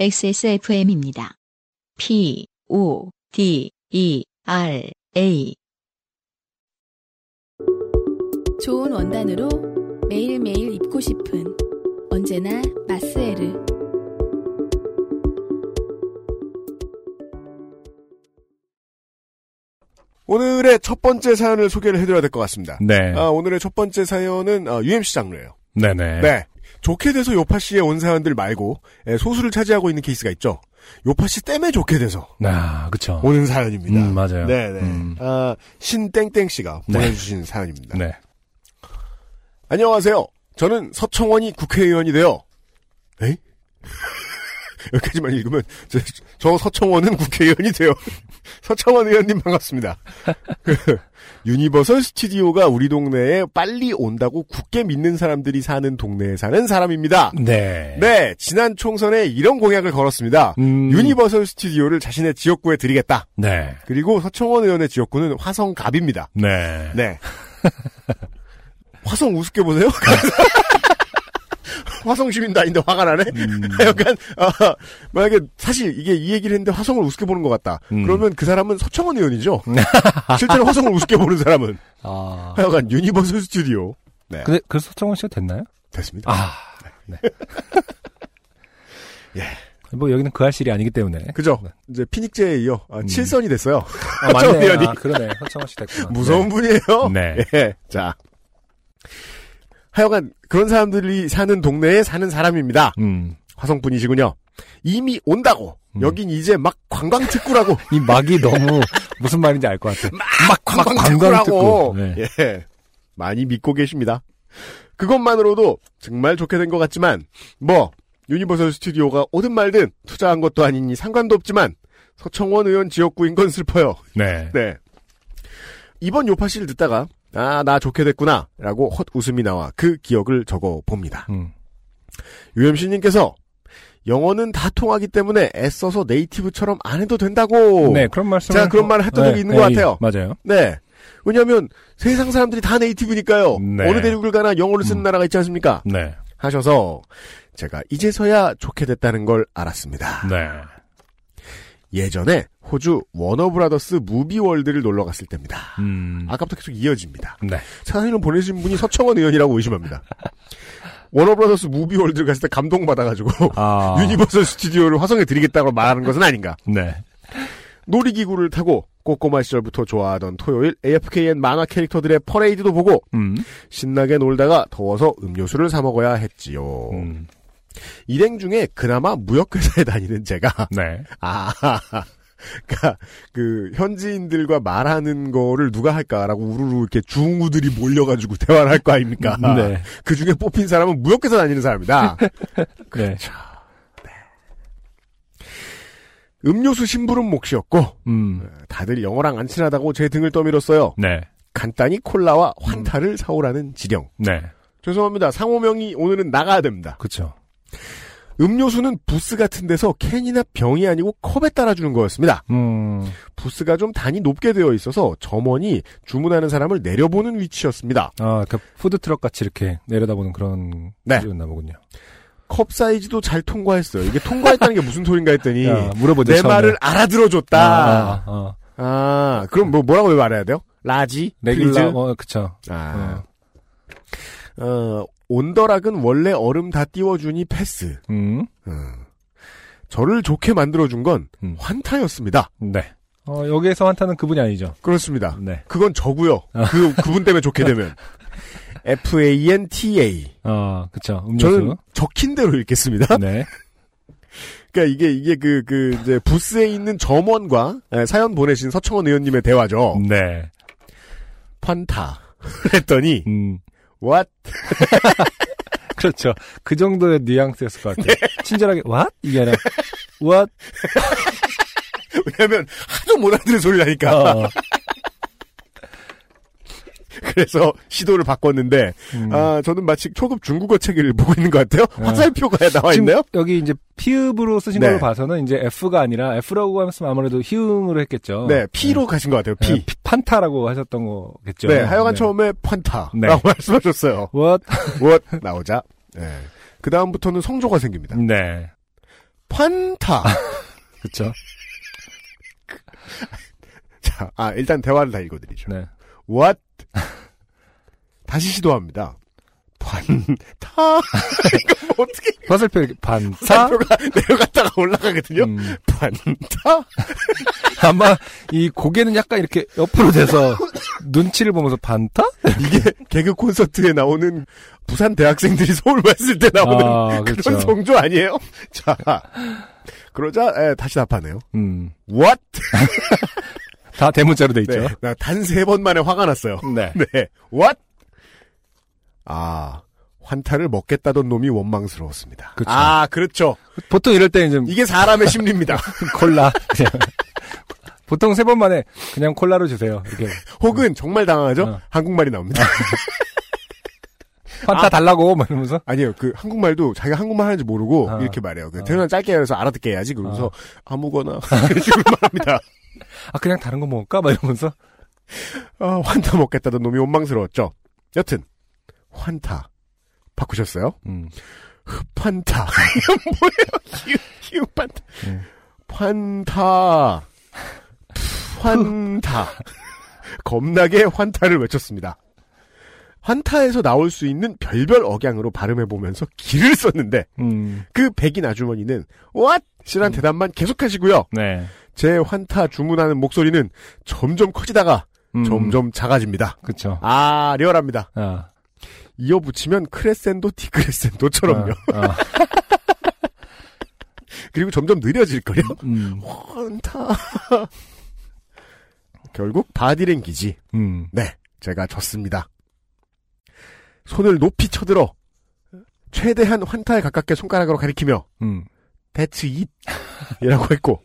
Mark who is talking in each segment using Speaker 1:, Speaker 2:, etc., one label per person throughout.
Speaker 1: XSFM입니다. P, O, D, E, R, A.
Speaker 2: 좋은 원단으로 매일매일 입고 싶은 언제나 마스에르
Speaker 3: 오늘의 첫 번째 사연을 소개를 해드려야 될 것 같습니다.
Speaker 4: 네.
Speaker 3: 아, 오늘의 첫 번째 사연은 어, UMC 장르예요.
Speaker 4: 네네.
Speaker 3: 네. 좋게 돼서 요파 씨의 온 사연들 말고 예, 소수를 차지하고 있는 케이스가 있죠. 요파 씨 때문에 좋게 돼서
Speaker 4: 아, 그쵸.
Speaker 3: 오는 사연입니다.
Speaker 4: 음, 맞아요.
Speaker 3: 네네.
Speaker 4: 음.
Speaker 3: 아, 신땡땡 씨가
Speaker 4: 네.
Speaker 3: 보내주신 사연입니다.
Speaker 4: 네.
Speaker 3: 안녕하세요. 저는 서청원이 국회의원이 되어 에이? 여기까지만 읽으면 저, 저 서청원은 국회의원이 돼요. 서청원 의원님 반갑습니다. 그, 유니버설 스튜디오가 우리 동네에 빨리 온다고 굳게 믿는 사람들이 사는 동네에 사는 사람입니다.
Speaker 4: 네.
Speaker 3: 네, 지난 총선에 이런 공약을 걸었습니다.
Speaker 4: 음.
Speaker 3: 유니버설 스튜디오를 자신의 지역구에 드리겠다.
Speaker 4: 네.
Speaker 3: 그리고 서청원 의원의 지역구는 화성갑입니다.
Speaker 4: 네.
Speaker 3: 네. 화성 우습게 보세요? 화성 시민도 아닌데 화가 나네?
Speaker 4: 음.
Speaker 3: 약간, 아, 만약에 사실 이게 이 얘기를 했는데 화성을 우습게 보는 것 같다.
Speaker 4: 음.
Speaker 3: 그러면 그 사람은 서청원 의원이죠? 실제로 화성을 우습게 보는 사람은.
Speaker 4: 아.
Speaker 3: 하여간 유니버설 스튜디오. 네.
Speaker 4: 근데, 그 서정원 씨가 됐나요?
Speaker 3: 됐습니다.
Speaker 4: 아. 네. 뭐, 여기는 그 할실이 아니기 때문에.
Speaker 3: 예. 그죠? 이제 피닉제에 이어 아, 7선이 됐어요.
Speaker 4: 아,
Speaker 3: 서정원
Speaker 4: 네. 음. 맞네.
Speaker 3: 의원이.
Speaker 4: 아, 그러네. 서정원 씨 됐구나.
Speaker 3: 무서운 분이에요.
Speaker 4: 네.
Speaker 3: 예. 자. 하여간 그런 사람들이 사는 동네에 사는 사람입니다.
Speaker 4: 네. 음.
Speaker 3: 화성뿐이시군요. 이미 온다고.
Speaker 4: 음.
Speaker 3: 여긴 이제 막 관광 특구라고.
Speaker 4: 이 막이 너무 무슨 말인지 알 것 같아.
Speaker 3: 막 관광 특구라고.
Speaker 4: 특구. 네.
Speaker 3: 예. 많이 믿고 계십니다. 그것만으로도 정말 좋게 된 것 같지만 뭐 유니버설 스튜디오가 오든 말든 투자한 것도 아니니 상관도 없지만 서청원 의원 지역구인 건 슬퍼요.
Speaker 4: 네.
Speaker 3: 네. 이번 요파 씨를 듣다가 아 나 좋게 됐구나 라고 헛 웃음이 나와 그 기억을 적어 봅니다.
Speaker 4: 음.
Speaker 3: 유엠씨님께서 영어는 다 통하기 때문에 애써서 네이티브처럼 안 해도 된다고.
Speaker 4: 네, 그런 말씀.
Speaker 3: 제가 그런 말을 했던 적이 있는 것 같아요.
Speaker 4: 맞아요.
Speaker 3: 네. 왜냐하면 세상 사람들이 다 네이티브니까요.
Speaker 4: 네.
Speaker 3: 어느 대륙을 가나 영어를 쓰는
Speaker 4: 음.
Speaker 3: 나라가 있지 않습니까?
Speaker 4: 네.
Speaker 3: 하셔서 제가 이제서야 좋게 됐다는 걸 알았습니다.
Speaker 4: 네.
Speaker 3: 예전에 호주 워너브라더스 무비월드를 놀러 갔을 때입니다.
Speaker 4: 음.
Speaker 3: 아까부터 계속 이어집니다.
Speaker 4: 네.
Speaker 3: 사진을 보내신 분이 서청원 의원이라고 의심합니다. 워너브라더스 무비월드 갔을 때 감동받아가지고
Speaker 4: 아.
Speaker 3: 유니버설 스튜디오를 화성에 드리겠다고 말하는 것은 아닌가.
Speaker 4: 네.
Speaker 3: 놀이기구를 타고 꼬꼬마 시절부터 좋아하던 토요일 AFKN 만화 캐릭터들의 퍼레이드도 보고
Speaker 4: 음.
Speaker 3: 신나게 놀다가 더워서 음료수를 사 먹어야 했지요.
Speaker 4: 음.
Speaker 3: 일행 중에 그나마 무역회사에 다니는 제가
Speaker 4: 네.
Speaker 3: 아, 그러니까 그 현지인들과 말하는 거를 누가 할까라고 우르르 이렇게 중우들이 몰려가지고 대화를 할 거 아닙니까?
Speaker 4: 네.
Speaker 3: 그 중에 뽑힌 사람은 무역회사 다니는 사람이다. 그
Speaker 4: 네.
Speaker 3: 음료수 심부름 몫이었고
Speaker 4: 음.
Speaker 3: 다들 영어랑 안 친하다고 제 등을 떠밀었어요.
Speaker 4: 네.
Speaker 3: 간단히 콜라와 환타를 사오라는 지령.
Speaker 4: 네.
Speaker 3: 죄송합니다. 상호명이 오늘은 나가야 됩니다.
Speaker 4: 그쵸.
Speaker 3: 음료수는 부스 같은 데서 캔이나 병이 아니고 컵에 따라주는 거였습니다.
Speaker 4: 음.
Speaker 3: 부스가 좀 단이 높게 되어 있어서 점원이 주문하는 사람을 내려보는 위치였습니다.
Speaker 4: 아, 그 푸드트럭 같이 이렇게 내려다보는 그런.
Speaker 3: 네.
Speaker 4: 였나 보군요.
Speaker 3: 컵 사이즈도 잘 통과했어요. 이게 통과했다는 게 무슨 소린가 했더니
Speaker 4: 야, 물어보자.
Speaker 3: 내
Speaker 4: 처음에.
Speaker 3: 말을
Speaker 4: 아,
Speaker 3: 알아들어줬다.
Speaker 4: 아,
Speaker 3: 아,
Speaker 4: 아.
Speaker 3: 그럼 뭐 뭐라고 말해야 돼요? 라지,
Speaker 4: 레귤라,
Speaker 3: 프리즈?
Speaker 4: 어, 그쵸.
Speaker 3: 아, 어, 온더락은 원래 얼음 다 띄워주니 패스.
Speaker 4: 음.
Speaker 3: 음. 저를 좋게 만들어준 건
Speaker 4: 음.
Speaker 3: 환타였습니다.
Speaker 4: 네. 어, 여기에서 한타는 그분이 아니죠.
Speaker 3: 그렇습니다.
Speaker 4: 네.
Speaker 3: 그건 저고요. 그 그분 때문에 좋게 되면 F A N T A. 음.
Speaker 4: 어, 그쵸.
Speaker 3: 저는
Speaker 4: 음료수.
Speaker 3: 적힌 대로 읽겠습니다.
Speaker 4: 네.
Speaker 3: 그러니까 이게 이게 그 그 이제 부스에 있는 점원과 에, 사연 보내신 서청원 의원님의 대화죠.
Speaker 4: 네.
Speaker 3: 환타. 했더니
Speaker 4: 음.
Speaker 3: what
Speaker 4: 그렇죠. 그 정도의 뉘앙스였을 것 같아요.
Speaker 3: 네.
Speaker 4: 친절하게, what? 이게 아니라, what?
Speaker 3: 왜냐면 하도 못 알아들은 소리를 하니까
Speaker 4: 어,
Speaker 3: 그래서 시도를 바꿨는데
Speaker 4: 음.
Speaker 3: 아 저는 마치 초급 중국어 책을 보고 있는 것 같아요
Speaker 4: 음.
Speaker 3: 화살표가 나와 있나요?
Speaker 4: 여기 이제 피읍으로 쓰신
Speaker 3: 네.
Speaker 4: 걸로 봐서는 이제 F가 아니라 F라고 하면 아무래도 희응으로 했겠죠.
Speaker 3: 네 P로 가신 것 같아요
Speaker 4: 네,
Speaker 3: P
Speaker 4: 판타라고 하셨던 거겠죠.
Speaker 3: 네 하여간 처음에 환타라고
Speaker 4: 네.
Speaker 3: 말씀하셨어요
Speaker 4: What?
Speaker 3: 예. what 나오자. 그 다음부터는 성조가 생깁니다.
Speaker 4: 네.
Speaker 3: 환타.
Speaker 4: 그렇죠.
Speaker 3: 자, 아, 일단 대화를 다 읽어드리죠.
Speaker 4: 네.
Speaker 3: What? 다시 시도합니다. 반타. 이거 뭐 어떻게
Speaker 4: 화살표 이렇게 반사.
Speaker 3: 사표가 내려갔다가 올라가거든요.
Speaker 4: 음,
Speaker 3: 반타.
Speaker 4: 아마 이 고개는 약간 이렇게 옆으로 돼서 눈치를 보면서 반타?
Speaker 3: 이게 개그 콘서트에 나오는 부산 대학생들이 서울 왔을 때 나오는
Speaker 4: 아,
Speaker 3: 그런
Speaker 4: 그렇죠.
Speaker 3: 성조 아니에요? 자, 그러자 에, 다시 답하네요.
Speaker 4: 음,
Speaker 3: What?
Speaker 4: 다 대문자로 돼 있죠.
Speaker 3: 네, 나단 세 번 만에 화가 났어요.
Speaker 4: 네.
Speaker 3: 네, What? 아, 환타를 먹겠다던 놈이 원망스러웠습니다.
Speaker 4: 그쵸.
Speaker 3: 아, 그렇죠.
Speaker 4: 보통 이럴 때는 좀
Speaker 3: 이게 사람의 심리입니다.
Speaker 4: 콜라. 보통 세 번 만에 그냥 콜라로 주세요. 이렇게
Speaker 3: 혹은 정말 당황하죠?
Speaker 4: 어.
Speaker 3: 한국말이 나옵니다. 아.
Speaker 4: 환타 달라고 막 이러면서
Speaker 3: 아니요, 그 한국말도 자기가 한국말 하는지 모르고
Speaker 4: 아.
Speaker 3: 이렇게 말해요. 그
Speaker 4: 아.
Speaker 3: 대단한 짧게 해서 알아듣게 해야지.
Speaker 4: 어.
Speaker 3: 그러면서 아무거나 이런 식으로 말합니다.
Speaker 4: 아 그냥 다른 거 먹을까 막 이러면서
Speaker 3: 아, 환타 먹겠다던 놈이 원망스러웠죠. 여튼 환타 바꾸셨어요?
Speaker 4: 음.
Speaker 3: 판타 이건 뭐예요? 기우, 기우 판타
Speaker 4: 네.
Speaker 3: 판타 환타 겁나게 환타를 외쳤습니다. 환타에서 나올 수 있는 별별 억양으로 발음해 보면서 기를 썼는데
Speaker 4: 음.
Speaker 3: 그 백인 아주머니는 왓 실한 대답만 계속하시고요.
Speaker 4: 네.
Speaker 3: 제 환타 주문하는 목소리는 점점 커지다가
Speaker 4: 음.
Speaker 3: 점점 작아집니다.
Speaker 4: 그쵸.
Speaker 3: 아 리얼합니다.
Speaker 4: 아.
Speaker 3: 이어붙이면 크레센도 디크레센도처럼요.
Speaker 4: 아, 아.
Speaker 3: 그리고 점점 느려질 거요.
Speaker 4: 음.
Speaker 3: 환타. 결국 바디랭귀지.
Speaker 4: 음.
Speaker 3: 네, 제가 졌습니다. 손을 높이 쳐들어 최대한 환타에 가깝게 손가락으로 가리키며
Speaker 4: 음.
Speaker 3: 대츠 잇이라고 했고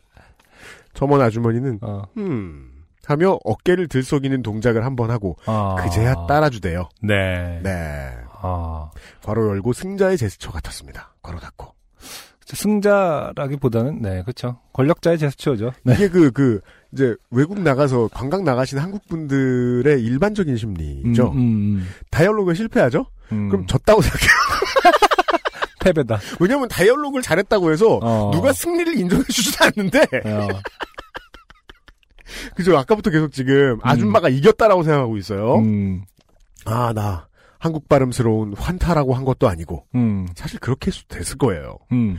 Speaker 3: 점원 아주머니는
Speaker 4: 어.
Speaker 3: 음 하며 어깨를 들썩이는 동작을 한 번 하고
Speaker 4: 아.
Speaker 3: 그제야 따라주대요.
Speaker 4: 네.
Speaker 3: 네.
Speaker 4: 아.
Speaker 3: 괄호 열고 승자의 제스처 같았습니다. 괄호 닫고.
Speaker 4: 승자라기보다는 네, 그렇죠. 권력자의 제스처죠. 네.
Speaker 3: 이게 그, 그, 이제 외국 나가서 관광 나가시는 한국분들의 일반적인 심리죠.
Speaker 4: 음, 음, 음.
Speaker 3: 다이얼로그에 실패하죠?
Speaker 4: 음.
Speaker 3: 그럼 졌다고 생각해요.
Speaker 4: 패배다.
Speaker 3: 왜냐면 다이얼로그를 잘했다고 해서
Speaker 4: 어.
Speaker 3: 누가 승리를 인정해주지도 않는데,
Speaker 4: 어.
Speaker 3: 그죠? 아까부터 계속 지금 아줌마가 이겼다라고 생각하고 있어요.
Speaker 4: 음.
Speaker 3: 아, 나 한국 발음스러운 환타라고 한 것도 아니고,
Speaker 4: 음.
Speaker 3: 사실 그렇게 해서 됐을 거예요.
Speaker 4: 음.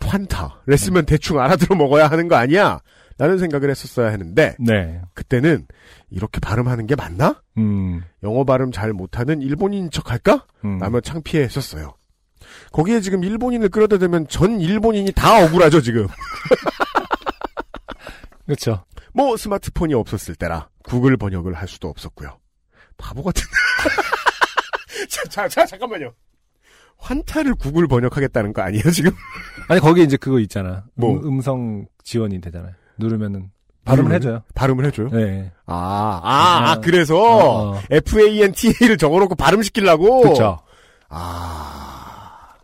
Speaker 3: 환타. 랬으면 대충 알아들어 먹어야 하는 거 아니야? 라는 생각을 했었어야 했는데,
Speaker 4: 네.
Speaker 3: 그때는 이렇게 발음하는 게 맞나?
Speaker 4: 음.
Speaker 3: 영어 발음 잘 못하는 일본인인 척 할까?
Speaker 4: 음.
Speaker 3: 라며 창피해했었어요. 거기에 지금 일본인을 끌어다 대면 전 일본인이 다 억울하죠, 지금.
Speaker 4: 그렇죠.
Speaker 3: 뭐 스마트폰이 없었을 때라 구글 번역을 할 수도 없었고요. 바보 같은. 자, 자, 자, 잠깐만요. 환타를 구글 번역하겠다는 거 아니에요, 지금?
Speaker 4: 아니 거기 이제 그거 있잖아.
Speaker 3: 뭐?
Speaker 4: 음, 음성 지원이 되잖아요. 누르면은 발음을
Speaker 3: 누르면?
Speaker 4: 해줘요.
Speaker 3: 발음을 해줘요?
Speaker 4: 네.
Speaker 3: 아, 아, 아,
Speaker 4: 음.
Speaker 3: 그래서
Speaker 4: 어.
Speaker 3: FANTA를 적어놓고 발음시키려고?
Speaker 4: 그렇죠.
Speaker 3: 아.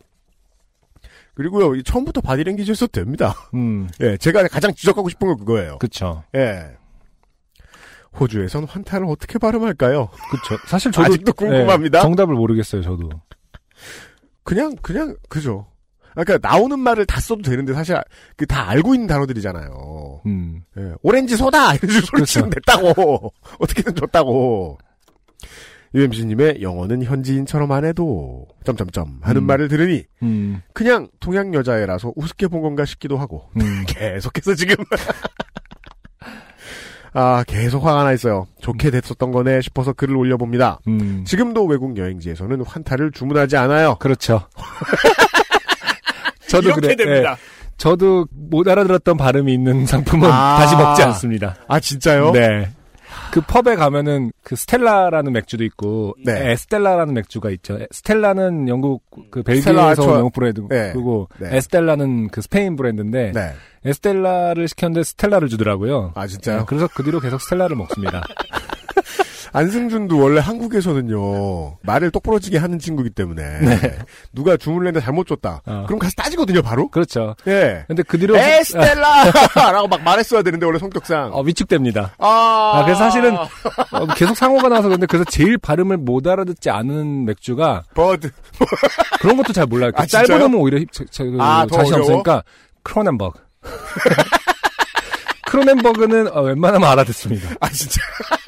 Speaker 3: 그리고요, 이 처음부터 바디랭귀지 했어도 됩니다.
Speaker 4: 음.
Speaker 3: 예, 제가 가장 지적하고 싶은 건 그거예요.
Speaker 4: 그렇죠.
Speaker 3: 예. 호주에선 환타를 어떻게 발음할까요?
Speaker 4: 그렇죠. 사실 저도
Speaker 3: 아직도 궁금합니다.
Speaker 4: 네, 정답을 모르겠어요. 저도.
Speaker 3: 그냥 그냥 그죠. 그러니까 나오는 말을 다 써도 되는데 사실 그 다 알고 있는 단어들이잖아요.
Speaker 4: 음.
Speaker 3: 예, 오렌지 소다 이런 식으로
Speaker 4: 그렇죠.
Speaker 3: 소리치면 됐다고 어떻게든 줬다고. UMC님의 영어는 현지인처럼 안 해도 점점점 하는
Speaker 4: 음.
Speaker 3: 말을 들으니
Speaker 4: 음.
Speaker 3: 그냥 동양 여자애라서 우습게 본 건가 싶기도 하고
Speaker 4: 음.
Speaker 3: 계속해서 지금. 아, 계속 화가 나 있어요. 좋게 됐었던 거네 싶어서 글을 올려봅니다.
Speaker 4: 음.
Speaker 3: 지금도 외국 여행지에서는 환타를 주문하지 않아요.
Speaker 4: 그렇죠. 저도 그래. 예, 저도 못 알아들었던 발음이 있는 상품은
Speaker 3: 아.
Speaker 4: 다시 먹지 않습니다.
Speaker 3: 아, 진짜요?
Speaker 4: 네. 그 펍에 가면은 그 스텔라라는 맥주도 있고
Speaker 3: 네.
Speaker 4: 에스텔라라는 맥주가 있죠. 에- 스텔라는 영국 그
Speaker 3: 스텔라
Speaker 4: 벨기에에서
Speaker 3: 아초아-
Speaker 4: 온 영국 브랜드고
Speaker 3: 네. 네.
Speaker 4: 에스텔라는 그 스페인 브랜드인데
Speaker 3: 네.
Speaker 4: 에스텔라를 시켰는데 스텔라를 주더라고요.
Speaker 3: 아, 진짜요?
Speaker 4: 네, 그래서 그 뒤로 계속 스텔라를 먹습니다.
Speaker 3: 안승준도 원래 한국에서는요, 말을 똑부러지게 하는 친구이기 때문에. 누가 주문을 했는데 잘못 줬다.
Speaker 4: 네. 어.
Speaker 3: 그럼 가서 따지거든요, 바로?
Speaker 4: 그렇죠.
Speaker 3: 예.
Speaker 4: 근데 그 뒤로
Speaker 3: 에스텔라! 라고 막 말했어야 되는데, 원래 성격상.
Speaker 4: 어, 위축됩니다.
Speaker 3: 아.
Speaker 4: 아, 그래서 사실은 어, 계속 상호가 나서 그런데 그래서 제일 발음을 못 알아듣지 않은 맥주가
Speaker 3: 버드.
Speaker 4: 그런 것도 잘 몰라요.
Speaker 3: 아,
Speaker 4: 짧은
Speaker 3: 진짜요?
Speaker 4: 음은 오히려 힙- 자- 자-
Speaker 3: 아, 더
Speaker 4: 자신
Speaker 3: 어려워?
Speaker 4: 없으니까 크로넨버그. 크로넨버그는 어, 웬만하면 알아듣습니다.
Speaker 3: 아 진짜.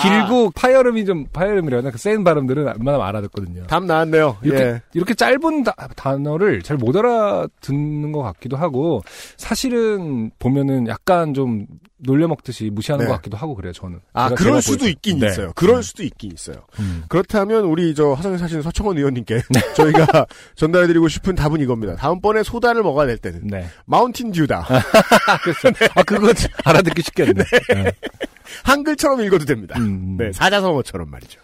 Speaker 4: 길고 아. 파열음이 좀 파열음이라나 그 센 발음들은 웬만하면 알아듣거든요.
Speaker 3: 답 나왔네요.
Speaker 4: 이렇게
Speaker 3: 예.
Speaker 4: 이렇게 짧은 다- 단어를 잘 못 알아듣는 것 같기도 하고 사실은 보면은 약간 좀 놀려먹듯이 무시하는
Speaker 3: 네.
Speaker 4: 것 같기도 하고 그래요. 저는.
Speaker 3: 아
Speaker 4: 제가-
Speaker 3: 그럴
Speaker 4: 제가
Speaker 3: 수도
Speaker 4: 보여서.
Speaker 3: 있긴
Speaker 4: 네.
Speaker 3: 있어요. 그럴 수도 있긴 있어요.
Speaker 4: 음.
Speaker 3: 그렇다면 우리 저 화성에 사시는 서청원 의원님께
Speaker 4: 네.
Speaker 3: 저희가 전달해드리고 싶은 답은 이겁니다. 다음번에 소다를 먹어야 될 때는
Speaker 4: 네.
Speaker 3: 마운틴 듀다
Speaker 4: 아 그거 알아듣기 쉽겠네. 네.
Speaker 3: 한글처럼 읽어도 됩니다.
Speaker 4: 음.
Speaker 3: 네 사자성어처럼 말이죠.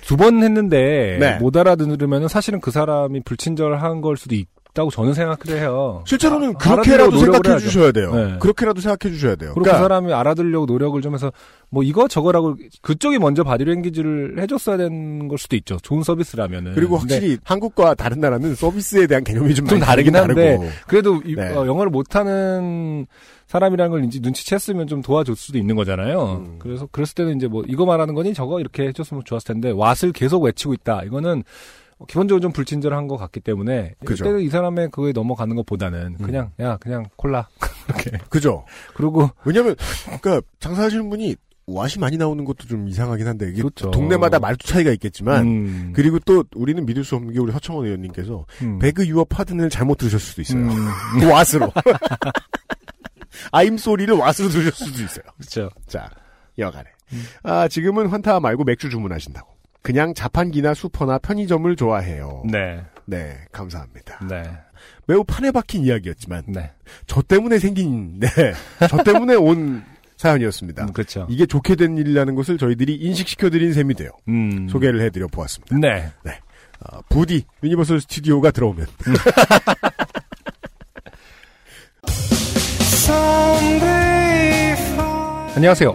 Speaker 4: 두 번 했는데
Speaker 3: 네.
Speaker 4: 못 알아들으면 사실은 그 사람이 불친절한 걸 수도 있다고 저는 생각을 해요.
Speaker 3: 실제로는
Speaker 4: 아, 알아들으려고
Speaker 3: 그렇게라도
Speaker 4: 노력을
Speaker 3: 생각해
Speaker 4: 해야죠.
Speaker 3: 주셔야 돼요.
Speaker 4: 네.
Speaker 3: 그렇게라도 생각해 주셔야 돼요. 그러니까
Speaker 4: 그리고 그 사람이 알아들으려고 노력을 좀 해서 뭐 이거 저거라고 그쪽이 먼저 바디랭귀지를 해줬어야 되는 걸 수도 있죠. 좋은 서비스라면은.
Speaker 3: 그리고
Speaker 4: 근데
Speaker 3: 확실히 한국과 다른 나라는 서비스에 대한 개념이 네. 좀,
Speaker 4: 좀
Speaker 3: 많이 다르긴
Speaker 4: 다르긴 한데
Speaker 3: 다르고.
Speaker 4: 그래도 이-
Speaker 3: 네.
Speaker 4: 어, 영어를 못하는 사람이라는 걸 이제 눈치챘으면 좀 도와줄 수도 있는 거잖아요.
Speaker 3: 음.
Speaker 4: 그래서 그랬을 때는 이제 뭐 이거 말하는 거니 저거 이렇게 해줬으면 좋았을 텐데 왓을 계속 외치고 있다. 이거는 기본적으로 좀 불친절한 것 같기 때문에
Speaker 3: 그죠. 음.
Speaker 4: 그때는 이 사람의 그거에 넘어가는 것보다는 그냥 야 그냥 콜라 이렇게
Speaker 3: 그죠?
Speaker 4: 그리고
Speaker 3: 왜냐면 그러니까 장사하시는 분이 왓이 많이 나오는 것도 좀 이상하긴 한데 이게
Speaker 4: 그렇죠.
Speaker 3: 동네마다 말투 차이가 있겠지만
Speaker 4: 음,
Speaker 3: 그리고 또 우리는 믿을 수 없는 게 우리 서청원 의원님께서
Speaker 4: 음.
Speaker 3: 배그 유어 파든을 잘못 들으셨을 수도 있어요.
Speaker 4: 음,
Speaker 3: 왓으로. 아임 소리를 왓으로 들으셨을 수도 있어요.
Speaker 4: 그렇죠.
Speaker 3: 자, 여간에. 아, 지금은 환타 말고 맥주 주문하신다고. 그냥 자판기나 슈퍼나 편의점을 좋아해요.
Speaker 4: 네,
Speaker 3: 네, 감사합니다.
Speaker 4: 네,
Speaker 3: 매우 판에 박힌 이야기였지만
Speaker 4: 네,
Speaker 3: 저 때문에 생긴 네, 저 때문에 온 사연이었습니다.
Speaker 4: 음, 그렇죠.
Speaker 3: 이게 좋게 된 일이라는 것을 저희들이 인식시켜드린 셈이 돼요.
Speaker 4: 음,
Speaker 3: 소개를 해드려 보았습니다.
Speaker 4: 네,
Speaker 3: 아, 부디 유니버설 스튜디오가 들어오면
Speaker 4: 안녕하세요.